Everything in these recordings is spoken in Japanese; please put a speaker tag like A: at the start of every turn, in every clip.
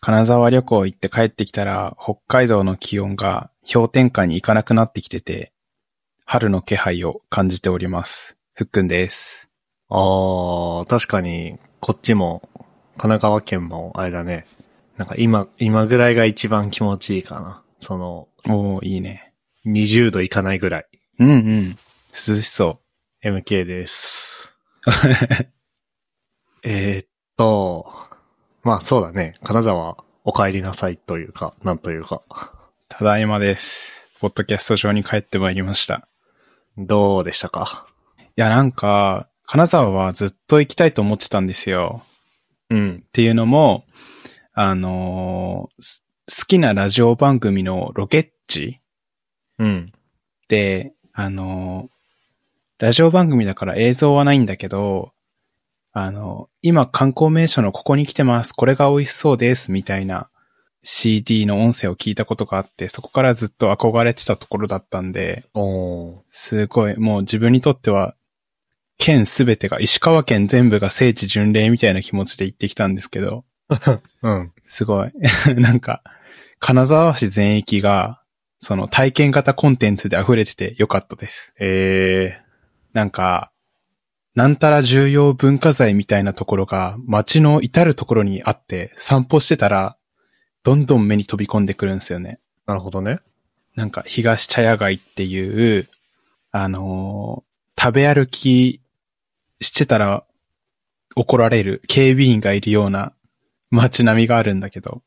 A: 金沢旅行行って帰ってきたら、北海道の気温が氷点下に行かなくなってきてて、春の気配を感じております。ふっくんです。
B: ああ、確かに、こっちも、神奈川県も、あれだね。なんか今、今ぐらいが一番気持ちいいかな。その、
A: おー、いいね。
B: 20度いかないぐらい。
A: うんうん。涼しそう。
B: MK です。えーっと、まあそうだね。金沢、お帰りなさいというか、なんというか。
A: ただいまです。ポッドキャスト上に帰ってまいりました。
B: どうでしたか
A: いや、なんか、金沢はずっと行きたいと思ってたんですよ。
B: うん
A: っ。ていうのも、あのーす好きなラジオ番組のロケッチ
B: うん。
A: で、あの、ラジオ番組だから映像はないんだけど、あの、今観光名所のここに来てます。これが美味しそうです。みたいな CD の音声を聞いたことがあって、そこからずっと憧れてたところだったんで、
B: おー。
A: すごい、もう自分にとっては、県すべてが、石川県全部が聖地巡礼みたいな気持ちで行ってきたんですけど、
B: うん。
A: すごい。 なんか、金沢市全域が、その体験型コンテンツで溢れててよかったです。
B: え
A: なんか、なんたら重要文化財みたいなところが街の至るところにあって散歩してたら、どんどん目に飛び込んでくるんですよね。
B: ー、なるほどね。
A: なんか東茶屋街っていう、あのー食べ歩きしてたら怒られる警備員がいるような街並みがあるんだけど。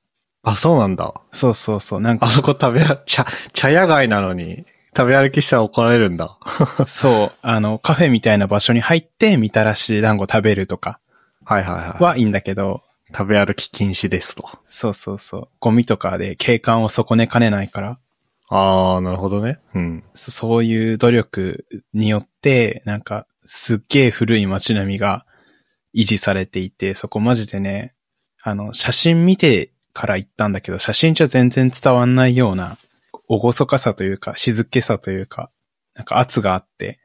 B: あ、そうなんだ。
A: そうそうそう、なんか
B: あそこ食べ、茶、茶屋街なのに、食べ歩きしたら怒られるんだ。
A: そう、あの、カフェみたいな場所に入ってみたらし団子食べるとか
B: はいはいはい。
A: はいいんだけど、
B: 食べ歩き禁止ですと。
A: そうそうそう。ゴミとかで景観を損ねかねないから、
B: あー、なるほどね。うん。
A: そそういう努力によって、なんか、すっげえ古い街並みが維持されていて、そこマジでね、あの、写真見てから行ったんだけど、写真じゃ全然伝わんないような、おごそかさというか、静けさというか、なんか圧があって、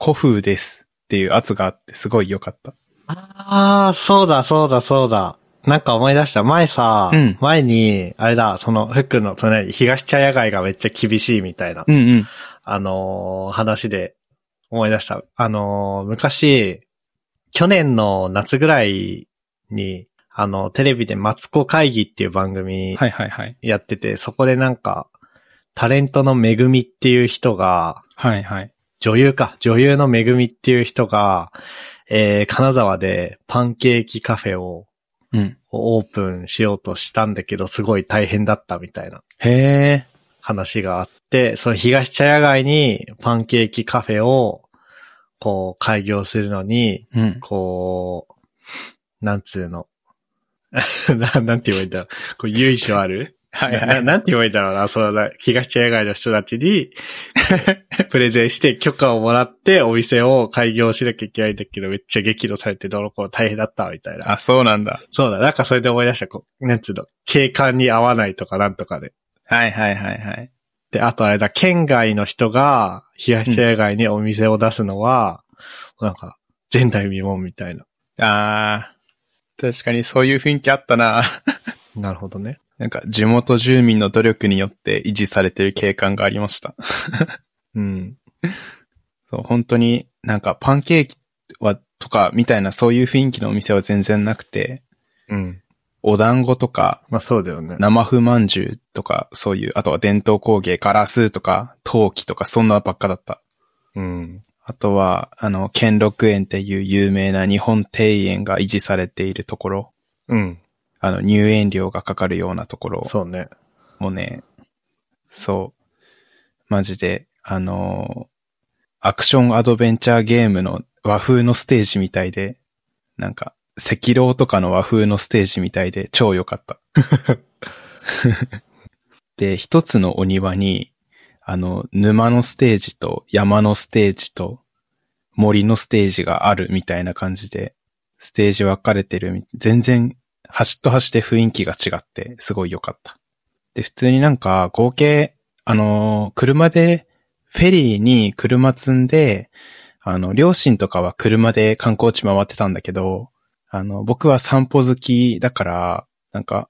A: 古風ですっていう圧があって、すごい良かった。
B: あー、そうだそうだそうだ。なんか思い出した。前さ、
A: うん
B: 前に、あれだ、その、フックの、そのね、東茶屋街がめっちゃ厳しいみたいな、
A: うんうん。
B: あのー話で思い出した。あのー昔、去年の夏ぐらいに、あの、テレビでマツコ会議っていう番組
A: はいはいはい。
B: やってて、そこでなんか、タレントのめぐみっていう人が、
A: はいはい。
B: 女優か、女優のめぐみっていう人が、えー、金沢でパンケーキカフェを
A: うん。
B: オープンしようとしたんだけど、すごい大変だったみたいな
A: へえ。
B: 話があって、その東茶屋街にパンケーキカフェを、こう、開業するのに、
A: うん。
B: こう、なんつうの。 ななんて言えばいいんだろう。こう、由緒ある
A: は
B: なななんて言えばいいんだろうな、その、東茶屋街の人たち に、プレゼンして許可をもらってお店を開業しなきゃいけないんだけど、めっちゃ激怒されてどうのこうの大変だった、みたいな。
A: あ、そうなんだ。
B: そうだ、なんかそれで思い出した、こう、なんつうの、景観に合わないとかなんとかで。
A: はいはいはいはい。
B: で、あとあれだ、県外の人が、東茶屋街にお店を出すのは、なんか、前代未聞みたいな。
A: あー、確かにそういう雰囲気あったな。
B: なるほどね。
A: なんか地元住民の努力によって維持されてる景観がありました。
B: うん。
A: そう、本当になんかパンケーキは、とかみたいなそういう雰囲気のお店は全然なくて、
B: うん。
A: お団子とか、
B: まあそうだよね。
A: 生麩まんじゅうとか、そういう、あとは伝統工芸、ガラスとか、陶器とか、そんなばっかだった。
B: うん。
A: あとは、あの、兼六園っていう有名な日本庭園が維持されているところ、
B: うん。
A: あの、入園料がかかるようなところ
B: そうね。
A: もうね、そう、マジで、あのー、アクションアドベンチャーゲームの和風のステージみたいで、なんか、赤狼とかの和風のステージみたいで超良かった。 で、一つのお庭に、あの、沼のステージと山のステージと森のステージがあるみたいな感じで、ステージ分かれてるみ、全然端と端で雰囲気が違って、すごい良かった。で、普通になんか、合計、あのー車で、フェリーに車積んで、あの、両親とかは車で観光地回ってたんだけど、あの、僕は散歩好きだから、なんか、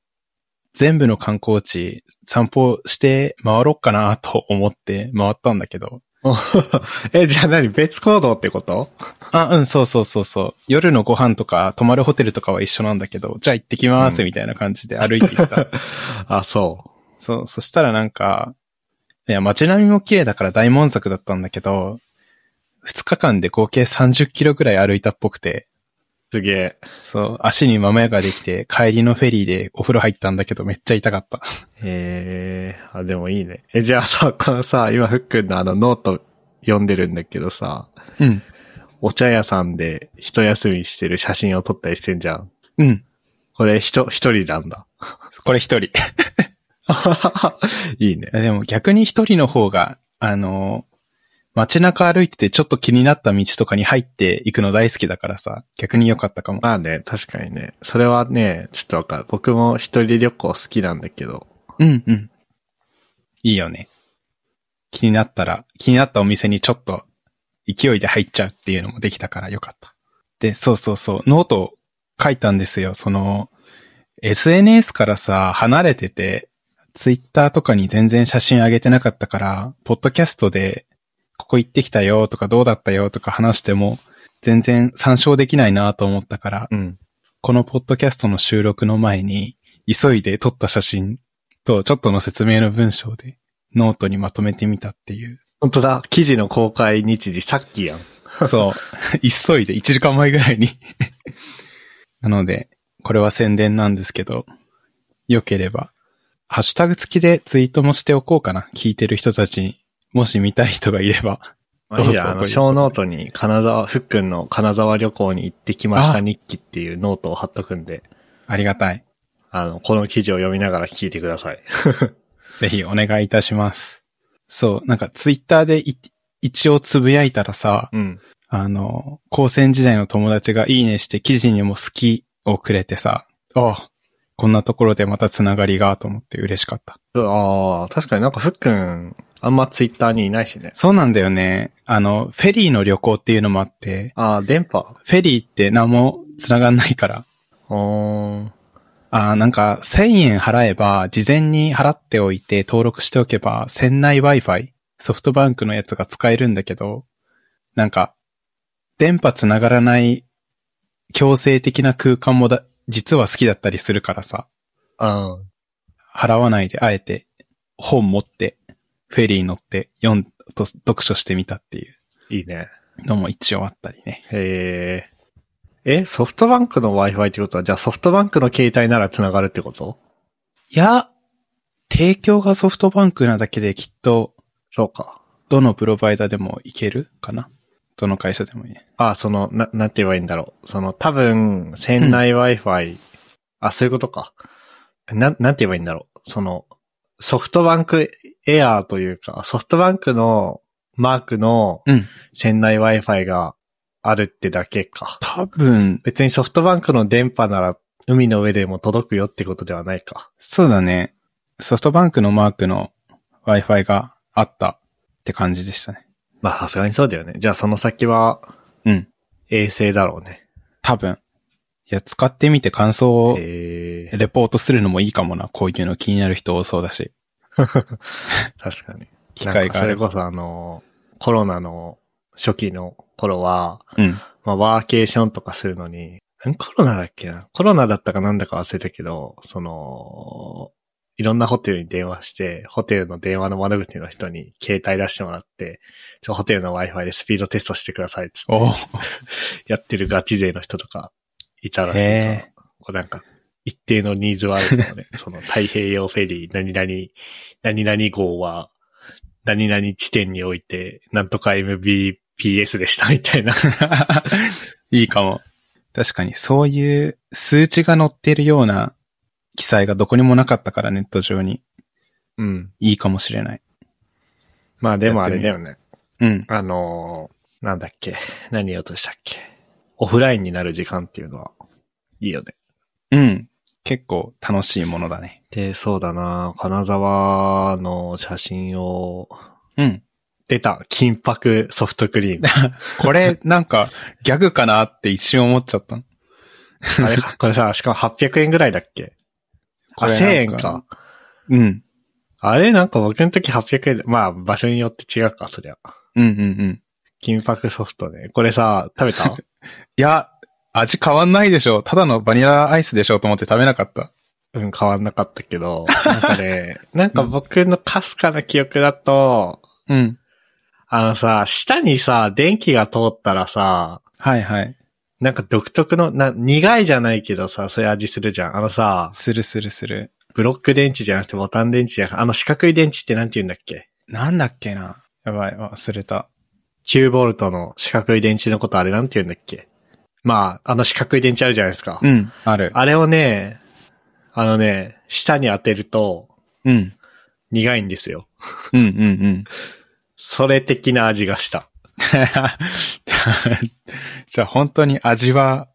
A: 全部の観光地散歩して回ろうかなと思って回ったんだけど。
B: え、じゃあ何別行動ってこと
A: あ、うん、そうそうそうそう。夜のご飯とか泊まるホテルとかは一緒なんだけど、じゃあ行ってきま
B: う
A: すみたいな感じで歩いて行った。
B: あ、そ
A: そう、そしたらなんか、いや、街並みも綺麗だから大満足だったんだけど、2日間で合計30キロくらい歩いたっぽくて、
B: う。すげえ。
A: そう、足にままやができて、帰りのフェリーでお風呂入ったんだけど、めっちゃ痛かった。
B: へえ、あ、でもいいね。え、じゃあさ、このさ、今、ふっくんのあのノート読んでるんだけどさ、
A: うん。
B: お茶屋さんで一休みしてる写真を撮ったりしてんじゃん。
A: うん。
B: これ、人、一人なんだ。
A: これ一人。
B: いいね。
A: でも逆に一人の方が、あの、街中歩いててちょっと気になった道とかに入っていくの大好きだからさ、逆に良かったかも。
B: まあね、確かにね。それはね、ちょっとわかる。僕も一人旅行好きなんだけど。
A: うんうん。いいよね。気になったら、気になったお店にちょっと勢いで入っちゃうっていうのもできたからよかった。で、そうそうそう、ノートを書いたんですよ。その、SNS からさ、離れてて、ツイッターとかに全然写真上げてなかったから、ポッドキャストで、ここ行ってきたよとかどうだったよとか話しても、全然参照できないなと思ったから、
B: うん。
A: このポッドキャストの収録の前に、急いで撮った写真と、ちょっとの説明の文章で、ノートにまとめてみたっていう。
B: 本当だ。記事の公開日時さっきやん。
A: そう。急いで、1時間前ぐらいに。 なので、これは宣伝なんですけど、良ければ、ハッシュタグ付きでツイートもしておこうかな。聞いてる人たちに、もし見たい人がいれば。
B: まあいいや、あ
A: どうぞ
B: の、
A: ということで
B: 小ノートに金沢、ふっくんの金沢旅行に行ってきました日記っていうノートを貼っとくんで、
A: ありがたい。
B: あの、この記事を読みながら聞いてください。
A: ぜひお願いいたします。そう、なんかツイッターでい一応つぶやいたらさ、
B: うん。
A: あの、高専時代の友達がいいねして記事にも好きをくれてさ、ああ、こんなところでまたつながりがと思って嬉しかった。
B: ああ、確かになんかふっくん、あんまツイッターにいないしね。
A: そうなんだよね。あの、フェリーの旅行っていうのもあって、
B: ああ、電波。
A: フェリーって何もつながんないから、
B: うーん。
A: ああ、なんか1000円払えば、事前に払っておいて登録しておけば、船内 Wi-Fi、ソフトバンクのやつが使えるんだけど、なんか、電波つながらない強制的な空間もだ、実は好きだったりするからさ、
B: うん。
A: 払わないであえて本持って、フェリー乗って読ん、と読書してみたっていう
B: いいね。
A: のも一応あったりね。
B: へえ。え、ソフトバンクの Wi-Fi ってことは、じゃあソフトバンクの携帯なら繋がるってこと
A: いや、提供がソフトバンクなだけできっと、
B: そうか。
A: どのプロバイダーでもいけるかなどの会社でもいいね。
B: ああ、その、な、なんて言えばいいんだろう。その、多分、船内 Wi-Fi、あ、そういうことか。なん、なんて言えばいいんだろう。その、ソフトバンクエアーというか、ソフトバンクのマークの
A: うん。
B: 船内 Wi-Fi があるってだけか。
A: 多分、
B: 別にソフトバンクの電波なら海の上でも届くよってことではないか。
A: そうだね。ソフトバンクのマークの Wi-Fi があったって感じでしたね。
B: まあ、さすがにそうだよね。じゃあその先は
A: うん。
B: 衛星だろうね。
A: 多分。いや、使ってみて感想を
B: ええ
A: レポートするのもいいかもな。こういうの気になる人多そうだし。
B: 確かに。
A: 機会
B: なんか
A: が
B: そ
A: あ
B: れ
A: れば。
B: こそあの、コロナの初期の頃は、
A: うん。
B: まあ、ワーケーションとかするのに、んコロナだっけなコロナだったかなんだか忘れたけど、その、いろんなホテルに電話して、ホテルの電話の窓口の人に携帯出してもらって、ちょホテルの Wi-Fi でスピードテストしてくださいっつって
A: お
B: やってるガチ勢の人とかいたらしいから
A: へ
B: こうなんか、一定のニーズはあるのね。 その太平洋フェリー、何々、何々号は、何々地点において、なんとか MBPS でしたみたいな。
A: え。 いいかも。確かに、そういう数値が載ってるような記載がどこにもなかったから、ネット上に。
B: うん。
A: いいかもしれない。
B: まあでもあれだよね。
A: うん。
B: あのーなんだっけ。何言おうとしたっけ。オフラインになる時間っていうのは、いいよね。
A: うん。結構楽しいものだね。
B: で、そうだな金沢の写真を、
A: うん。
B: 出た金箔ソフトクリーム。
A: これ、なんか、ギャグかなって一瞬思っちゃったの。
B: あれか、これさ、しかも800円ぐらいだっけあ、1000円か。。
A: うん。
B: あれなんか僕の時800円で、まあ場所によって違うか、そりゃ。
A: うんうんうん。
B: 金箔ソフトね。これさ、食べ た
A: いや、味変わんないでしょ。ただのバニラアイスでしょと思って食べなかった。
B: うん、変わんなかったけど。なんか ね、なんか僕のかすかな記憶だと、
A: うん。
B: あのさ、下にさ、電気が通ったらさ、
A: はいはい。
B: なんか独特の、な、苦いじゃないけどさ、そういう味するじゃん。あのさ、
A: するするする。
B: ブロック電池じゃなくてボタン電池じゃなくて、あの四角い電池ってなんて言うんだっけ
A: なんだっけな。やばい、忘れた。
B: 9ボルトの四角い電池のことあれなんて言うんだっけまあ、あの四角い電池あるじゃないですか。
A: うん。ある。
B: あれをね、あのね、下に当てると
A: うん。
B: 苦いんですよ。
A: うんうんうん。
B: それ的な味がした。
A: じゃあ本当に味は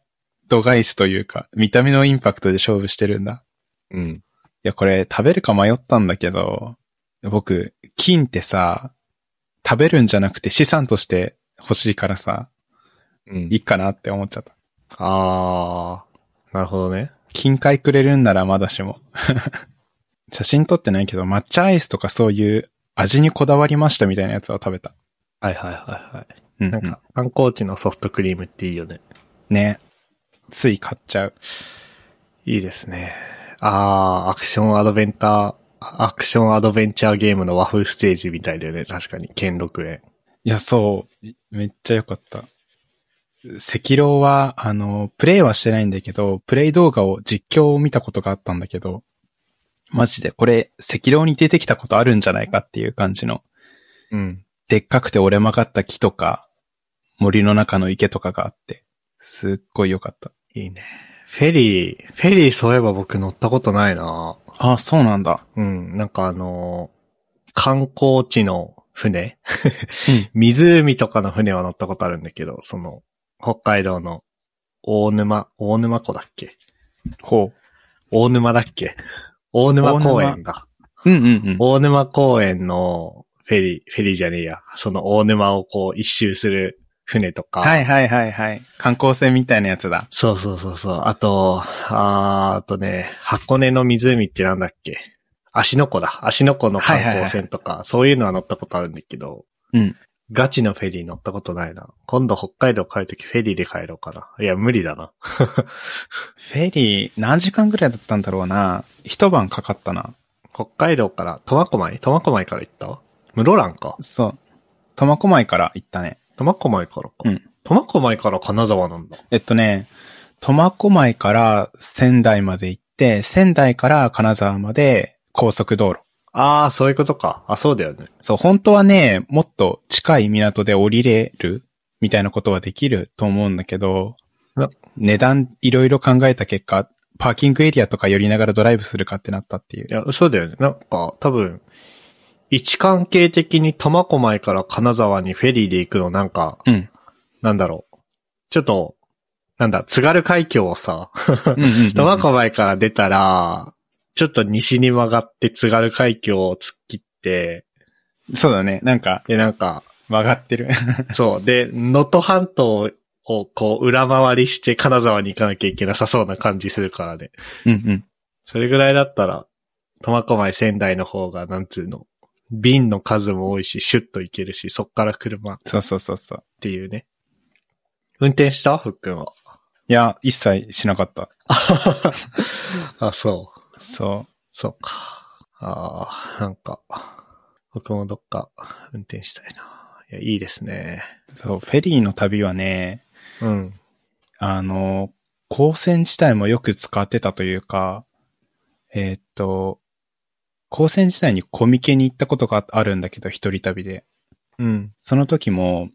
A: 度外視というか、見た目のインパクトで勝負してるんだ。
B: うん。
A: いや、これ食べるか迷ったんだけど、僕、金ってさ、食べるんじゃなくて資産として欲しいからさ、
B: うん
A: いいかなって思っちゃった。
B: あー、なるほどね。
A: 金塊くれるんならまだしも。 写真撮ってないけど、抹茶アイスとかそういう味にこだわりましたみたいなやつは食べた。
B: はいはいはいはい。
A: うん、
B: なんか、観光地のソフトクリームっていいよね。
A: うん。ね。つい買っちゃう。
B: いいですね。あー、アクションアドベンター、アクションアドベンチャーゲームの和風ステージみたいだよね。確かに。兼六園。
A: いや、そう。めっちゃ良かった。赤狼は、あの、プレイはしてないんだけど、プレイ動画を実況を見たことがあったんだけど、マジでこれ、赤狼に出てきたことあるんじゃないかっていう感じの、
B: うん。
A: でっかくて折れ曲がった木とか、森の中の池とかがあって、すっごい良かった。
B: いいね。フェリー、フェリーそういえば僕乗ったことないな
A: ああ、そうなんだ。
B: うん、なんかあのー観光地の船、
A: うん
B: 湖とかの船は乗ったことあるんだけど、その、北海道の大沼、大沼湖だっけ
A: ほ
B: 大沼だっけ大沼公園だ。
A: う。うんうんうん。
B: 大沼公園のフェリー、フェリーじゃねえや。その大沼をこう一周する船とか。
A: はいはいはいはい。観光船みたいなやつだ。
B: そうそうそうそう。あと、あーあとね、箱根の湖ってなんだっけ足の湖だ。足の湖の観光船とか、そういうのは乗ったことあるんだけど、
A: うん。
B: ガチのフェリー乗ったことないな。今度北海道帰るときフェリーで帰ろうかな。いや、無理だな。
A: フェリー、何時間ぐらいだったんだろうな。一晩かかったな。
B: 北海道から、苫小牧苫小牧から行った室蘭か。
A: そう。苫小牧から行ったね。
B: 苫小牧からか。
A: うん
B: 苫小牧から金沢なんだ。
A: えっとね、苫小牧から仙台まで行って、仙台から金沢まで高速道路。
B: ああ、そういうことか。あ、そうだよね。
A: そう、本当はね、もっと近い港で降りれるみたいなことはできると思うんだけど
B: な、
A: 値段いろいろ考えた結果、パーキングエリアとか寄りながらドライブするかってなったっていう
B: い。や、そうだよね。なんか、多分、位置関係的に苫小牧から金沢にフェリーで行くの、なんか、
A: うん。
B: なんだろう。ちょっと、なんだ、津軽海峡をさ、
A: うんうんうんうん
B: 苫小牧から出たら、ちょっと西に曲がって津軽海峡を突っ切って、
A: そうだね。なんか
B: で、なん か、
A: 曲がってる。
B: そう、で、能登半島をこう、裏回りして金沢に行かなきゃいけなさそうな感じするからね。
A: うんうん。
B: それぐらいだったら、苫小牧仙台の方が、なんつうの、瓶の数も多いし、シュッと行けるし、そっから車っ
A: そうそうそうそう。
B: ていうね。運転したふっくんは。
A: いや、一切しなかった。
B: あ、そう。
A: そう。
B: そうか。ああ、なんか、僕もどっか運転したいな。いや、いいですね。
A: そう、フェリーの旅はね、
B: うん。
A: あの、光線自体もよく使ってたというか、えーっと、光線自体にコミケに行ったことがあるんだけど、一人旅で。
B: うん。
A: その時も、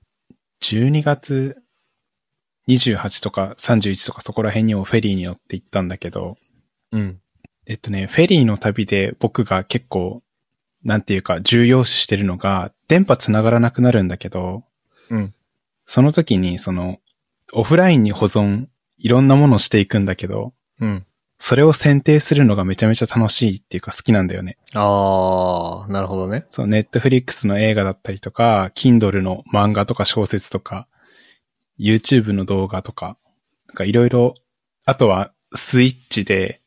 A: 12月28とか31とかそこら辺にもフェリーに乗って行ったんだけど、
B: うん。
A: えっとね、フェリーの旅で僕が結構、なんていうか重要視してるのが、電波繋がらなくなるんだけど、
B: うん。
A: その時に、その、オフラインに保存、いろんなものをしていくんだけど、
B: うん。
A: それを選定するのがめちゃめちゃ楽しいっていうか好きなんだよね。
B: ああ、なるほどね。
A: そう、ネットフリックスの映画だったりとか、Kindle の漫画とか小説とか、YouTube の動画とか、なんかいろいろ、あとはスイッチで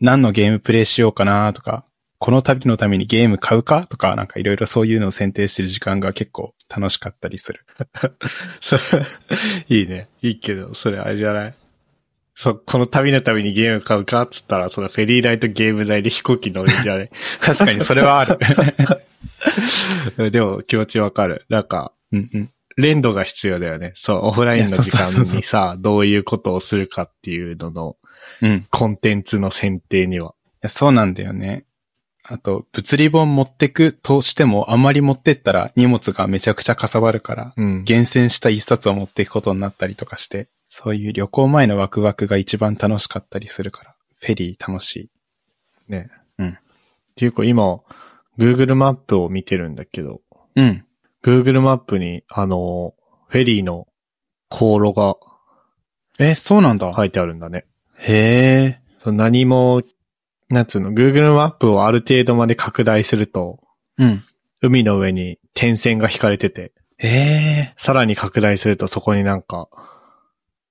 A: 何のゲームプレイしようかなとか、この旅のためにゲーム買うかとか、なんかいろいろそういうのを選定してる時間が結構楽しかったりする。
B: それ、 いいね。いいけど、それあれじゃないそ、この旅のためにゲーム買うかっつったら、そのフェリー代とゲーム代で飛行機乗るんじゃない
A: 確かにそれはある。
B: でも気持ちわかる。なんか、
A: うんうん。
B: 連動が必要だよね。そう、オフラインの時間
A: いやそうそうそうそう
B: にさ、どういうことをするかっていうのの、
A: うん。
B: コンテンツの選定には。
A: いや、そうなんだよね。あと、物理本持ってくとしても、あんまり持ってったら荷物がめちゃくちゃかさばるから、
B: うん。
A: 厳選した一冊を持っていくことになったりとかして、そういう旅行前のワクワクが一番楽しかったりするから、フェリー楽しい。
B: ね。
A: うん。
B: 結構今、Google マップを見てるんだけど、
A: うん。
B: Google マップに、あの、フェリーの航路が
A: え、そうなんだ。
B: 書いてあるんだね。
A: へえ。
B: その何も、なんつうの、Google マップをある程度まで拡大すると、
A: うん。
B: 海の上に点線が引かれてて、
A: へえ。
B: さらに拡大するとそこになんか、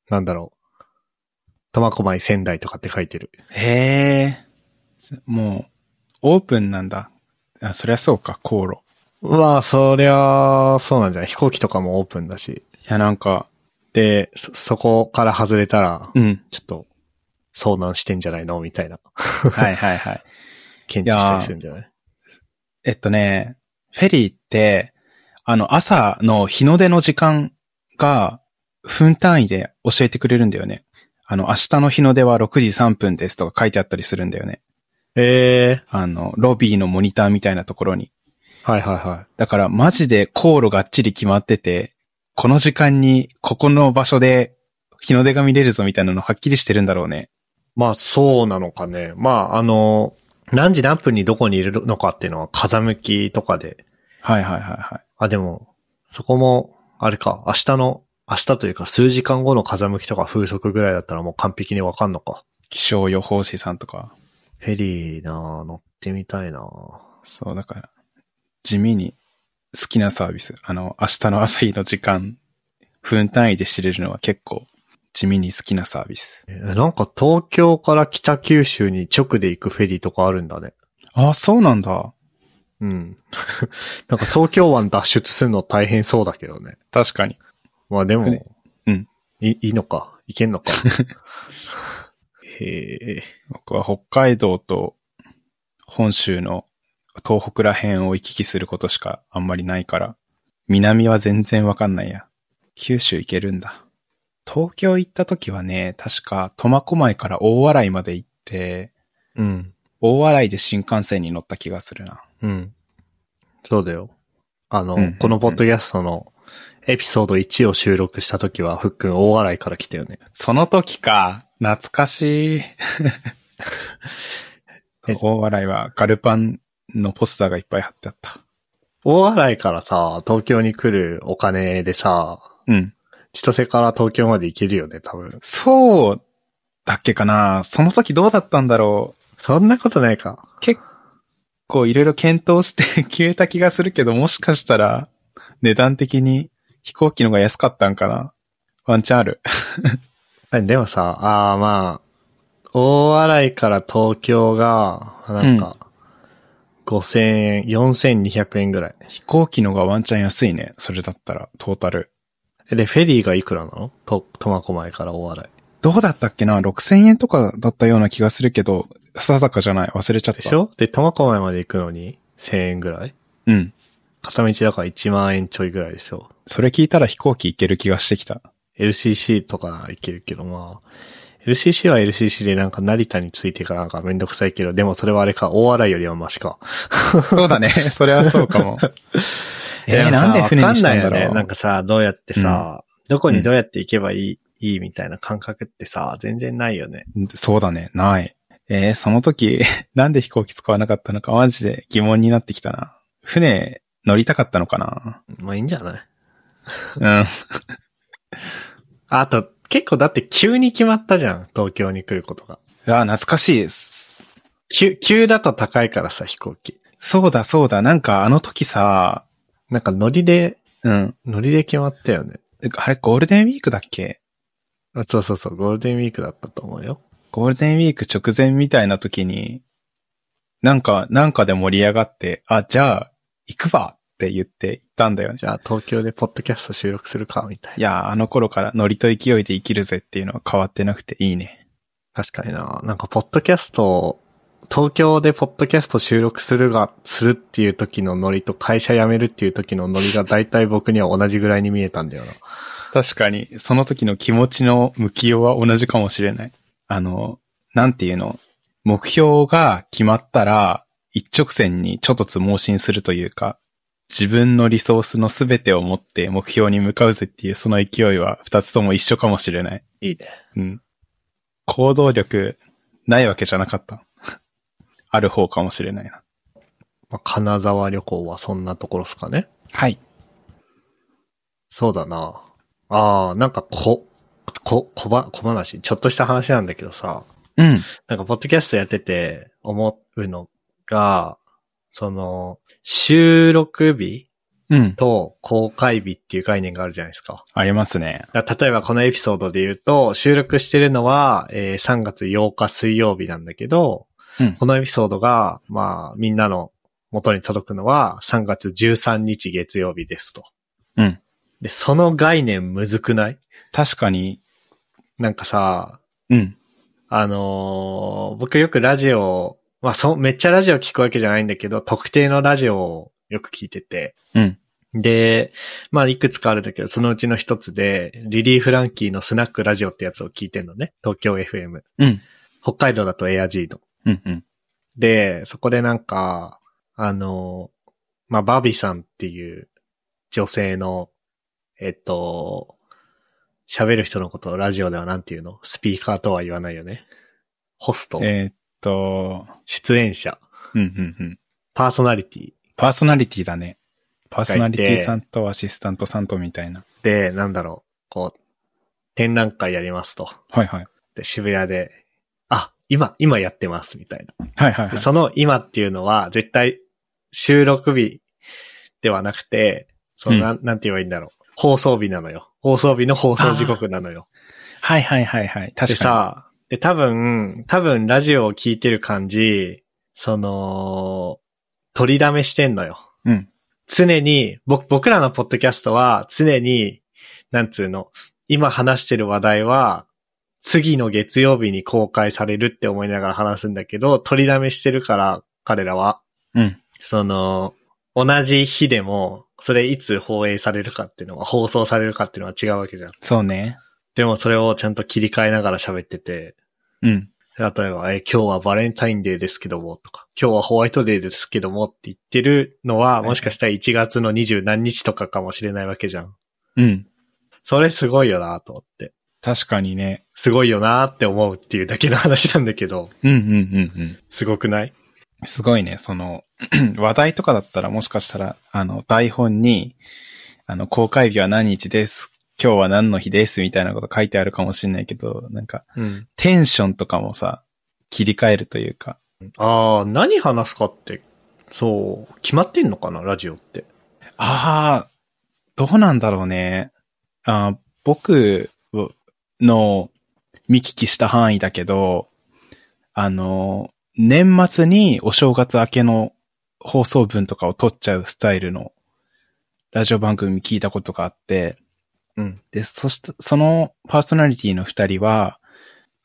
B: なんだろう。苫小牧仙台とかって書いてる。
A: へえ。もう、オープンなんだ。あ、そりゃそうか、航路。
B: まあ、そりゃ、そうなんじゃない飛行機とかもオープンだし。
A: いや、なんか、
B: で、そ、そこから外れたら、
A: うん。
B: ちょっと、遭難してんじゃないのみたいな。
A: はいはいはい。
B: 検知したりするんじゃない
A: えっとね、フェリーって、あの、朝の日の出の時間が、分単位で教えてくれるんだよね。あの、明日の日の出は6時3分ですとか書いてあったりするんだよね。
B: ええ
A: あの、ロビーのモニターみたいなところに。
B: はいはいは
A: だから、マジで航路がっちり決まってて、この時間に、ここの場所で、日の出が見れるぞみたいなのはっきりしてるんだろうね。
B: い。まあ、そうなのかね。まあ、あの、何時何分にどこにいるのかっていうのは風向きとかで。
A: はいはいはいはい。
B: あ、でも、そこも、あれか、明日の、明日というか数時間後の風向きとか風速ぐらいだったらもう完璧にわかんのか。
A: 気象予報士さんとか。
B: フェリーなぁ、乗ってみたいなぁ。
A: そう、だから、地味に好きなサービス。あの、明日の朝日の時間、分単位で知れるのは結構、地味に好きなサービス。
B: えなんか東京から北九州に直で行くフェリーとかあるんだね。
A: あ、そうなんだ。
B: うん。 なんか東京湾脱出するの大変そうだけどね。
A: 確かに。
B: まあで
A: ね
B: も、
A: うん。
B: い、いいのか。いけん のか。へえ。
A: 僕は北海道と本州の東北ら辺を行き来することしかあんまりないから、南は全然わかんないや。九州行けるんだ。東京行った時はね、確か苫小牧から大洗まで行って、
B: うん。
A: 大洗で新幹線に乗った気がするな。
B: うん。そうだよ。あの、
A: うんうんうん
B: このポッドキャストのエピソード1を収録した時は、ふっくん大洗から来たよね。
A: その時か。懐か しい
B: え。
A: 大笑いはガルパンのポスターがいっぱい貼ってあった。
B: 大洗からさ、東京に来るお金でさ、
A: うん。
B: 千歳から東京まで行けるよね、多分。
A: そうだっけかなその時どうだったんだろ
B: そんなことないか。
A: う結構いろいろ検討して 決めた気がするけど、もしかしたら値段的に飛行機の方が安かったんかなワンチャンある。
B: えでもさ、ああまあ、大洗から東京が、なんか、5000円、4200円ぐらい。
A: 飛行機の方がワンチャン安いね。それだったら、トータル。
B: えで、フェリーがいくらなのと、苫小牧から大洗。
A: どうだったっけな ?6000 円とかだったような気がするけど、定かじゃない。忘れちゃった。
B: でしょで、苫小牧まで行くのに1000円ぐらい
A: うん。
B: 片道だから1万円ちょいぐらいでしょ
A: それ聞いたら飛行機行ける気がしてきた。
B: ?LCC とかなら行けるけど、まあ、LCC は LCC でなんか成田についてかなんかめんどくさいけど、でもそれはあれか、大洗よりはマシか。
A: そう だね。それはそうかも。 え
B: で
A: ー、
B: もさ
A: なんで船にしたんだ
B: わか
A: ろ
B: んな
A: う
B: いよね。なんかさ、どうやってさ、どこにどうやって行けばいい、いいみたいな感覚ってさ、全然ないよね。
A: そうだね。ない。えーその時、 なんで飛行機使わなかったのか、マジで疑問になってきたな。船乗りたかったのか
B: まあいいんじゃない
A: なうん。
B: あと、結構だって急に決まったじゃん、東京に来ることが。
A: あ、懐かしいです。
B: 急、急だと高いからさ、飛行機。
A: そうだそうだ。なんかあの時さ、
B: なんか乗りで、
A: うん。
B: 乗りで決まったよね。
A: あれ、ゴールデンウィークだっけ
B: あそうそうそう、ゴールデンウィークだったと思うよ。
A: ゴールデンウィーク直前みたいな時に、なんか、なんかで盛り上がって、あ、じゃあ、行くわって言って行ったんだよね。
B: じゃあ東京でポッドキャスト収録するか、みたい
A: い
B: な。
A: やー、あの頃からノリと勢いで生きるぜっていうのは変わってなくていいね。
B: 確かにな。なんかポッドキャストを、東京でポッドキャスト収録するが、するっていう時のノリと会社辞めるっていう時のノリが大体僕には同じぐらいに見えたんだよな。
A: 確かに、その時の気持ちの向きようは同じかもしれない。あの、なんていうの目標が決まったら、一直線にちょっとつ盲信するというか、自分のリソースのすべてを持って目標に向かうぜっていうその勢いは二つとも一緒かもしれない。
B: いいね。
A: うん。行動力ないわけじゃなかった。 ある方かもしれないな。
B: まあ、金沢旅行はそんなところですかね。
A: はい。
B: そうだな。ああ、なんかこ、こ、小ば、小話、ちょっとした話なんだけどさ、
A: うん。
B: なんかポッドキャストやってて思うのが、その、収録日
A: うん。
B: と公開日っていう概念があるじゃないですか。
A: ありますね。
B: だから例えばこのエピソードで言うと、収録してるのは、えー3月8日水曜日なんだけど、
A: うん
B: このエピソードが、まあ、みんなの元に届くのは3月13日月曜日ですと。
A: うん。
B: で、その概念むずくない
A: 確かに、
B: なんかさ、
A: うん。
B: あのー僕よくラジオ、まあそ、めっちゃラジオ聞くわけじゃないんだけど、特定のラジオをよく聞いてて。
A: うん。
B: で、まあ、いくつかあるんだけど、そのうちの一つで、リリー・フランキーのスナックラジオってやつを聞いてんのね。東京 FM。
A: うん。
B: 北海道だとエアジード。
A: うん。うん。
B: で、そこでなんか、あのーまあ、バービーさんっていう女性の、えっと、喋る人のことをラジオではなんていうのスピーカーとは言わないよね。ホスト。
A: えーっと、
B: 出演者、
A: うん。うん。うん。
B: パーソナリティ
A: パーソナリティだね。パーソナリティさんとアシスタントさんとみたいな。
B: で、なんだろう、こう、展覧会やりますと。
A: はいはい。
B: で、渋谷で、あ、今、今やってます、みたいな。
A: はいはい、は
B: で
A: い。
B: その今っていうのは、絶対、収録日ではなくて、その、
A: うん
B: なん、なんて言えばいいんだろう。放送日なのよ。放送日の放送時刻なのよ。
A: はいはいはいはい。確かに。
B: でさ、で、多分、多分、ラジオを聞いてる感じ、その、取りだめしてんのよ。
A: うん。
B: 常に、僕、僕らのポッドキャストは常に、なんつうの、今話してる話題は、次の月曜日に公開されるって思いながら話すんだけど、取りだめしてるから、彼らは。
A: うん。
B: その、同じ日でも、それいつ放映されるかっていうのは、放送されるかっていうのは違うわけじゃん。
A: そうね。
B: でもそれをちゃんと切り替えながら喋ってて、
A: うん。
B: 例えば、えー、今日はバレンタインデーですけども、とか、今日はホワイトデーですけどもって言ってるのは、
A: はい
B: もしかしたら1月の20何日とかかもしれないわけじゃん。
A: うん。
B: それすごいよなと思って。
A: 確かにね。
B: すごいよなって思うっていうだけの話なんだけど、
A: うんうんうんうん。
B: すごくない
A: すごいね、その、 話題とかだったらもしかしたら、あの、台本に、あの、公開日は何日です。今日は何の日です、みたいなこと書いてあるかもしれないけど、なんか、
B: うん。
A: テンションとかもさ、切り替えるというか、
B: ああ、何話すかって、そう、決まってんのかなラジオって。
A: ああ、どうなんだろうね。あー僕の見聞きした範囲だけど、あの、年末にお正月明けの放送分とかを撮っちゃうスタイルのラジオ番組聞いたことがあって、
B: うん。
A: で、そして、そのパーソナリティの二人は、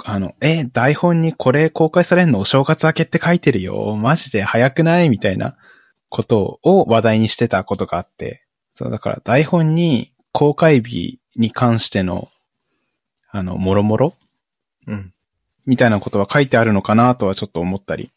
A: あの、え、台本にこれ公開されんのお正月明けって書いてるよ。マジで早くないみたいなことを話題にしてたことがあって。そう、だから台本に公開日に関しての、あの、もろもろ
B: うん。
A: みたいなことは書いてあるのかなとはちょっと思ったり。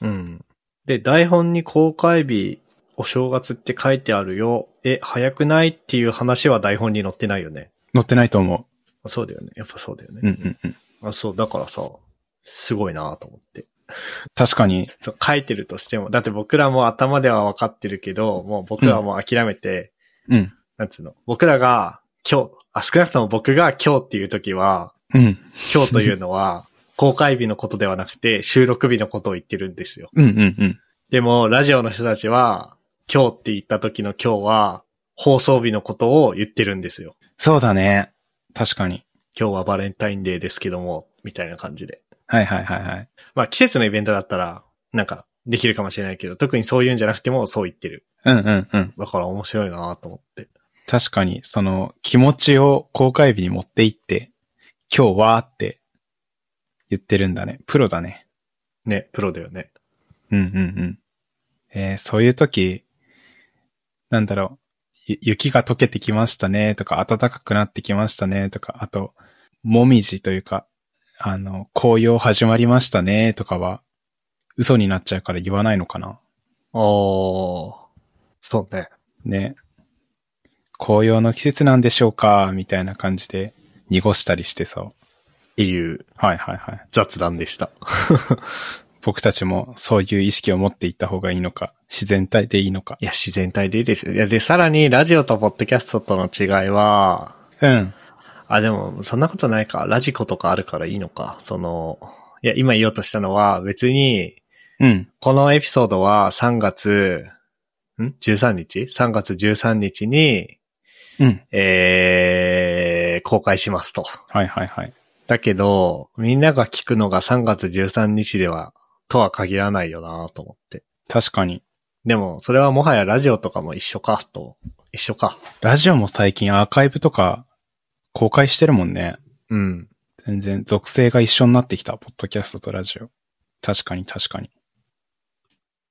B: うん。で、台本に公開日、お正月って書いてあるよ。え、早くないっていう話は台本に載ってないよね。
A: 載ってないと思
B: そうだよね。やっぱそうだよね。
A: う。うんうんうん。
B: あそう、だからさ、すごいなと思って。
A: 確かに。
B: そう、書いてるとしても、だって僕らも頭では分かってるけど、もう僕らはもう諦めて、
A: うん。
B: なんつうの、僕らが今日、あ、少なくとも僕が今日っていう時は、
A: うん。
B: 今日という のは、公開日のことではなくて、収録日のことを言ってるんですよ。
A: うんうんうん。
B: でも、ラジオの人たちは、今日って言った時の今日は、放送日のことを言ってるんですよ。
A: そうだね。確かに。
B: 今日はバレンタインデーですけども、みたいな感じで。
A: はいはいはいはい。
B: まあ季節のイベントだったら、なんかできるかもしれないけど、特にそういうんじゃなくてもそう言ってる。
A: うんうんうん。
B: だから面白いなと思って。
A: 確かに、その気持ちを公開日に持っていって、今日はって言ってるんだね。プロだね。
B: ね、プロだよね。
A: うんうんうん。えーそういう時、なんだろう、ゆ雪が溶けてきましたねとか、暖かくなってきましたねとか、あと、もみじというか、あの、紅葉始まりましたねとかは、嘘になっちゃうから言わないのかな。
B: ああ、そうね。
A: ね。紅葉の季節なんでしょうかみたいな感じで濁したりしてさ。
B: っていう
A: はいはいはい。
B: 雑談でした。
A: 僕たちもそういう意識を持っていった方がいいのか、自然体でいいのか。
B: いや、自然体でいいでしょ。いや、で、さらに、ラジオとポッドキャストとの違いは、
A: うん。
B: あ、でも、そんなことないか。ラジコとかあるからいいのか。その、いや、今言おうとしたのは、別に、
A: うん。
B: このエピソードは3月、ん ?13 日 ?3 月13日に、
A: うん。
B: えー、公開しますと。
A: はいはいはい。
B: だけど、みんなが聞くのが3月13日では、とは限らないよなと思って。
A: 確かに。
B: でも、それはもはやラジオとかも一緒か、と。一緒か。
A: ラジオも最近アーカイブとか公開してるもんね。
B: うん。
A: 全然属性が一緒になってきた。ポッドキャストとラジオ。確かに確かに。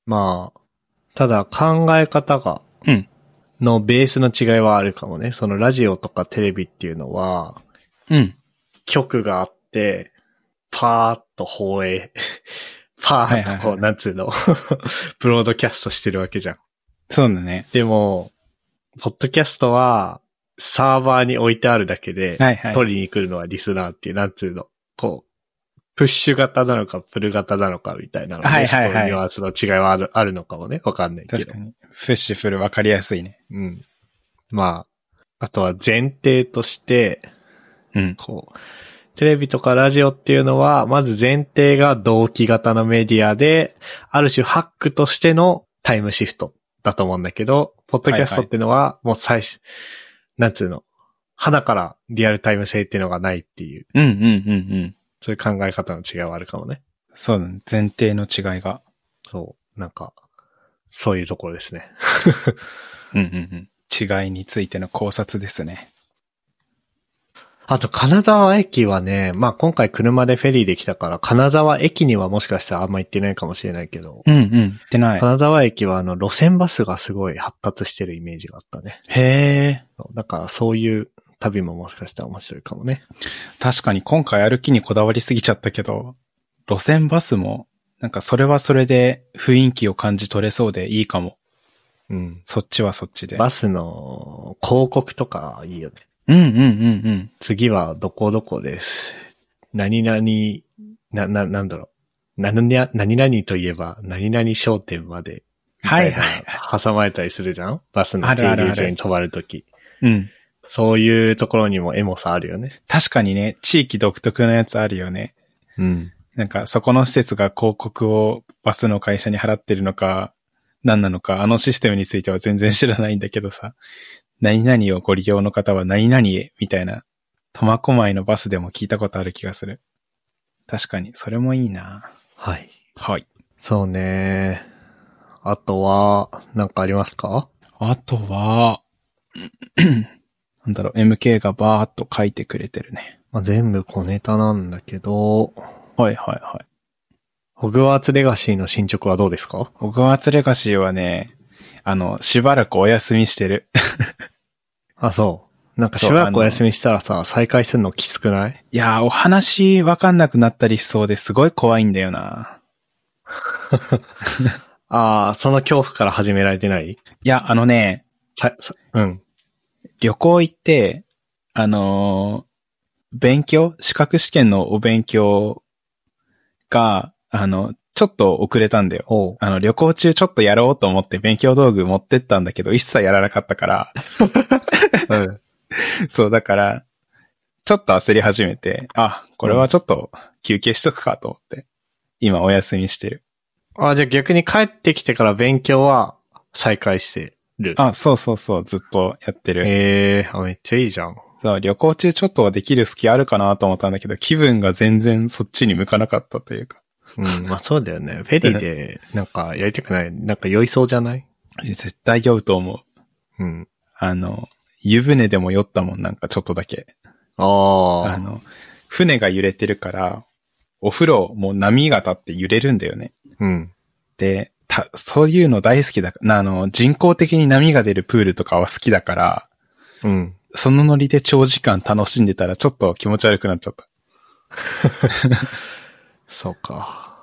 B: まあ、ただ考え方が、
A: うん
B: のベースの違いはあるかもね。そのラジオとかテレビっていうのは、
A: うん。
B: 曲があって、パーッと放映、 パーッとこ
A: はいはい
B: う、
A: はい
B: なんつうの、 ブロードキャストしてるわけじゃん。
A: そうだね。
B: でも、ポッドキャストは、サーバーに置いてあるだけで、
A: はいはい。
B: 取りに来るのはリスナーっていう、なんつうの、こう、プッシュ型なのか、プル型なのかみたいなので
A: はいはいはい
B: そこにニュアンスの違いはある、あるのかもね。わかんないけど。
A: 確かに。フッシュフル分かりやすいね。
B: うん。まあ、あとは前提として、
A: うん。
B: こう、テレビとかラジオっていうのは、まず前提が同期型のメディアで、ある種ハックとしてのタイムシフトだと思うんだけど、ポッドキャストっていうのは、もう最初、なんつうの、花からリアルタイム性っていうのがないっていう、
A: うんうんうんうん。
B: そういう考え方の違いはあるかもね。
A: そうだね。前提の違いが。
B: そう、なんか、そういうところですね。
A: うんうんうん。違いについての考察ですね。
B: あと、金沢駅はね、まあ今回車でフェリーで来たから、金沢駅にはもしかしたらあんま行ってないかもしれないけど、
A: うんうん。言ってない。
B: 金沢駅はあの路線バスがすごい発達してるイメージがあったね。
A: へえ。
B: だからそういう旅ももしかしたら面白いかもね。
A: 確かに今回歩きにこだわりすぎちゃったけど、路線バスも、なんかそれはそれで雰囲気を感じ取れそうでいいかも。
B: うん。
A: そっちはそっちで。
B: バスの広告とかいいよね。
A: うんうんうんうん。
B: 次はどこどこです。何々、な、な、なんだろう。何々、何々といえば、何々商店まで。
A: はいはい。。
B: 挟まれたりするじゃんバスの
A: ある
B: 停
A: あるある
B: 留所に止まるとき。
A: うん。
B: そういうところにもエモさあるよね。
A: 確かにね、地域独特のやつあるよね。
B: うん。
A: なんかそこの施設が広告をバスの会社に払ってるのか、何なのか、あのシステムについては全然知らないんだけどさ、何々をご利用の方は何々へ、みたいな、苫小牧のバスでも聞いたことある気がする。確かに、それもいいな
B: はい。
A: はい。
B: そうね。あとは、なんかありますか
A: あとは、 なんだろう、MK がバーっと書いてくれてるね。
B: まあ、全部小ネタなんだけど、
A: はいはいはい。
B: ホグワーツレガシーの進捗はどうですか
A: ホグワーツレガシーはね、あの、しばらくお休みしてる。
B: あ、そう。なんかしばらくお休みしたらさ、再開するのきつくない
A: いやー、お話わかんなくなったりしそうですごい怖いんだよな。
B: ああ、その恐怖から始められてない
A: いや、あのね、
B: さ、さうん。
A: 旅行行って、あのー勉強資格試験のお勉強が、あの、ちょっと遅れたんだよ。
B: おう。
A: あの、旅行中ちょっとやろうと思って勉強道具持ってったんだけど、一切やらなかったから、
B: うん。
A: そう、だから、ちょっと焦り始めて、あ、これはちょっと休憩しとくかと思って、今お休みしてる。
B: あじゃあ逆に帰ってきてから勉強は再開してる。
A: あ、そうそうそう、ずっとやってる。
B: ええー、あ、めっちゃいいじゃん。
A: さあ、旅行中ちょっとはできる隙あるかなと思ったんだけど、気分が全然そっちに向かなかったというか。
B: うん、まあそうだよね。フェリーで、なんかやりたくない、なんか酔いそうじゃない
A: え絶対酔うと思う。
B: うん。
A: あの、湯船でも酔ったもんなんかちょっとだけ。あ
B: ああ。
A: の、船が揺れてるから、お風呂も波が立って揺れるんだよね。
B: うん。
A: で、た、そういうの大好きだな、あの、人工的に波が出るプールとかは好きだから、
B: うん。
A: そのノリで長時間楽しんでたらちょっと気持ち悪くなっちゃった。
B: そうか。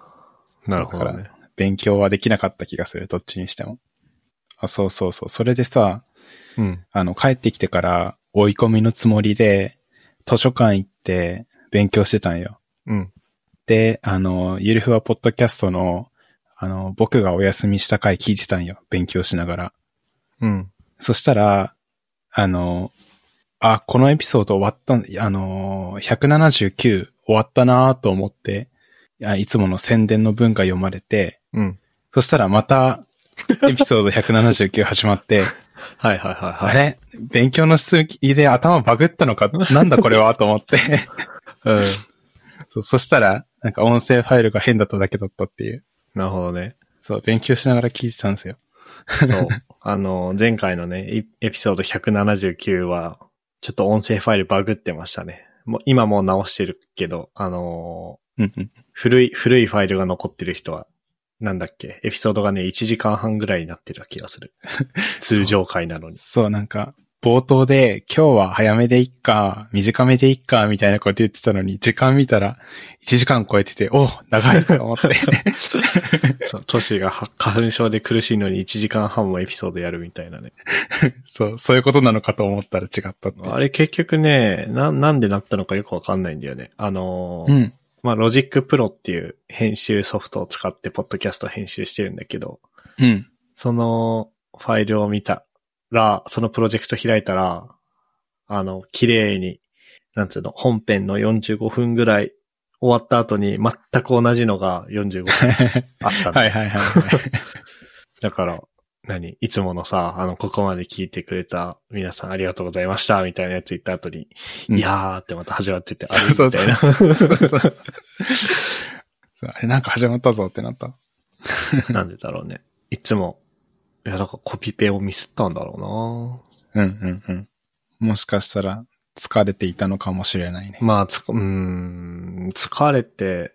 B: なるほどね。
A: 勉強はできなかった気がする、どっちにしても。あ、そうそうそう。それでさ、
B: うん。
A: あの、帰ってきてから追い込みのつもりで、図書館行って勉強してたんよ。
B: うん。
A: で、あの、ゆるふわポッドキャストの、あの、僕がお休みした回聞いてたんよ。勉強しながら。
B: うん。
A: そしたら、あの、あ、このエピソード終わったん、あの、179終わったなぁと思ってあ、いつもの宣伝の文が読まれて、
B: うん。
A: そしたらまた、エピソード179始まって、
B: はいはいはいはい。
A: あれ勉強の続きで頭バグったのかなんだこれはと思って
B: うん。
A: そう。そしたら、なんか音声ファイルが変だっただけだったっていう。
B: なるほどね。
A: そう、勉強しながら聞いてたんですよ。
B: そう。あの、前回のね、エエピソード179は、ちょっと音声ファイルバグってましたね。もう今もう直してるけど、あの
A: うんうん。
B: ー古い、古いファイルが残ってる人は、なんだっけ、エピソードがね、1時間半ぐらいになってた気がす る。通常回なのに。
A: そう、なんか、冒頭で、今日は早めでいっか、短めでいっか、みたいなこと言ってたのに、時間見たら、1時間超えてて、お長いと思って。
B: そうトシがは花粉症で苦しいのに1時間半もエピソードやるみたいなね。
A: そう、そういうことなのかと思ったら違ったっていう。
B: あれ結局ね、な、なんでなったのかよくわかんないんだよね。あのー
A: うん。
B: まあ、ロジックプロっていう編集ソフトを使って、ポッドキャスト編集してるんだけど、
A: うん。
B: そのファイルを見たら、そのプロジェクト開いたら、あの、綺麗に、なんつうの、本編の45分ぐらい終わった後に全く同じのが45分あったの。
A: はいはいはいはい。
B: だから、何いつものさ、あの、ここまで聞いてくれた皆さんありがとうございました、みたいなやつ言った後に、
A: うん
B: いやーってまた始まって て、あれ
A: そう
B: み
A: そ
B: た
A: う
B: いな。
A: そうそうそうあれ、なんか始まったぞってなった。
B: なんで だろうね。いつも、いや、だからコピペをミスったんだろ
A: うんうんうん。もしかしたら、疲れていたのかもしれないね
B: うな。。まあ、つ、うーん、疲れて、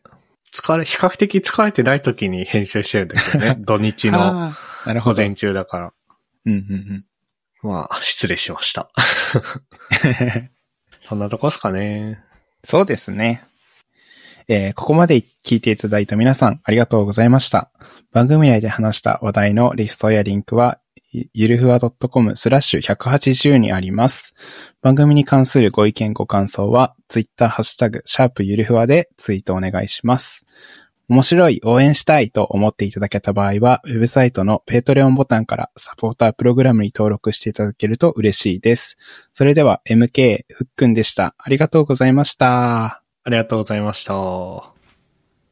B: 疲れ、比較的疲れてない時に編集してるんだけ どね。土日の
A: あーなる
B: 午
A: ほど。うん
B: 前中だから。
A: うんうん。
B: まあ、失礼し ました。そんなとこっすかね。
A: そうですね。えーここまで聞いていただいた皆さん、ありがとうございました。番組内で話した話題のリストやリンクは、ゆゆるふわ .com スラッシュ180にあります。番組に関するご意見ご感想は、ツイッターハッシュタグ、シャープゆるふわでツイートお願いします。面白い、応援したいと思っていただけた場合は、ウェブサイトのペイトレオンボタンからサポータープログラムに登録していただけると嬉しいです。それでは MK ふっくんでした。ありがとうございました。
B: ありがとうございました。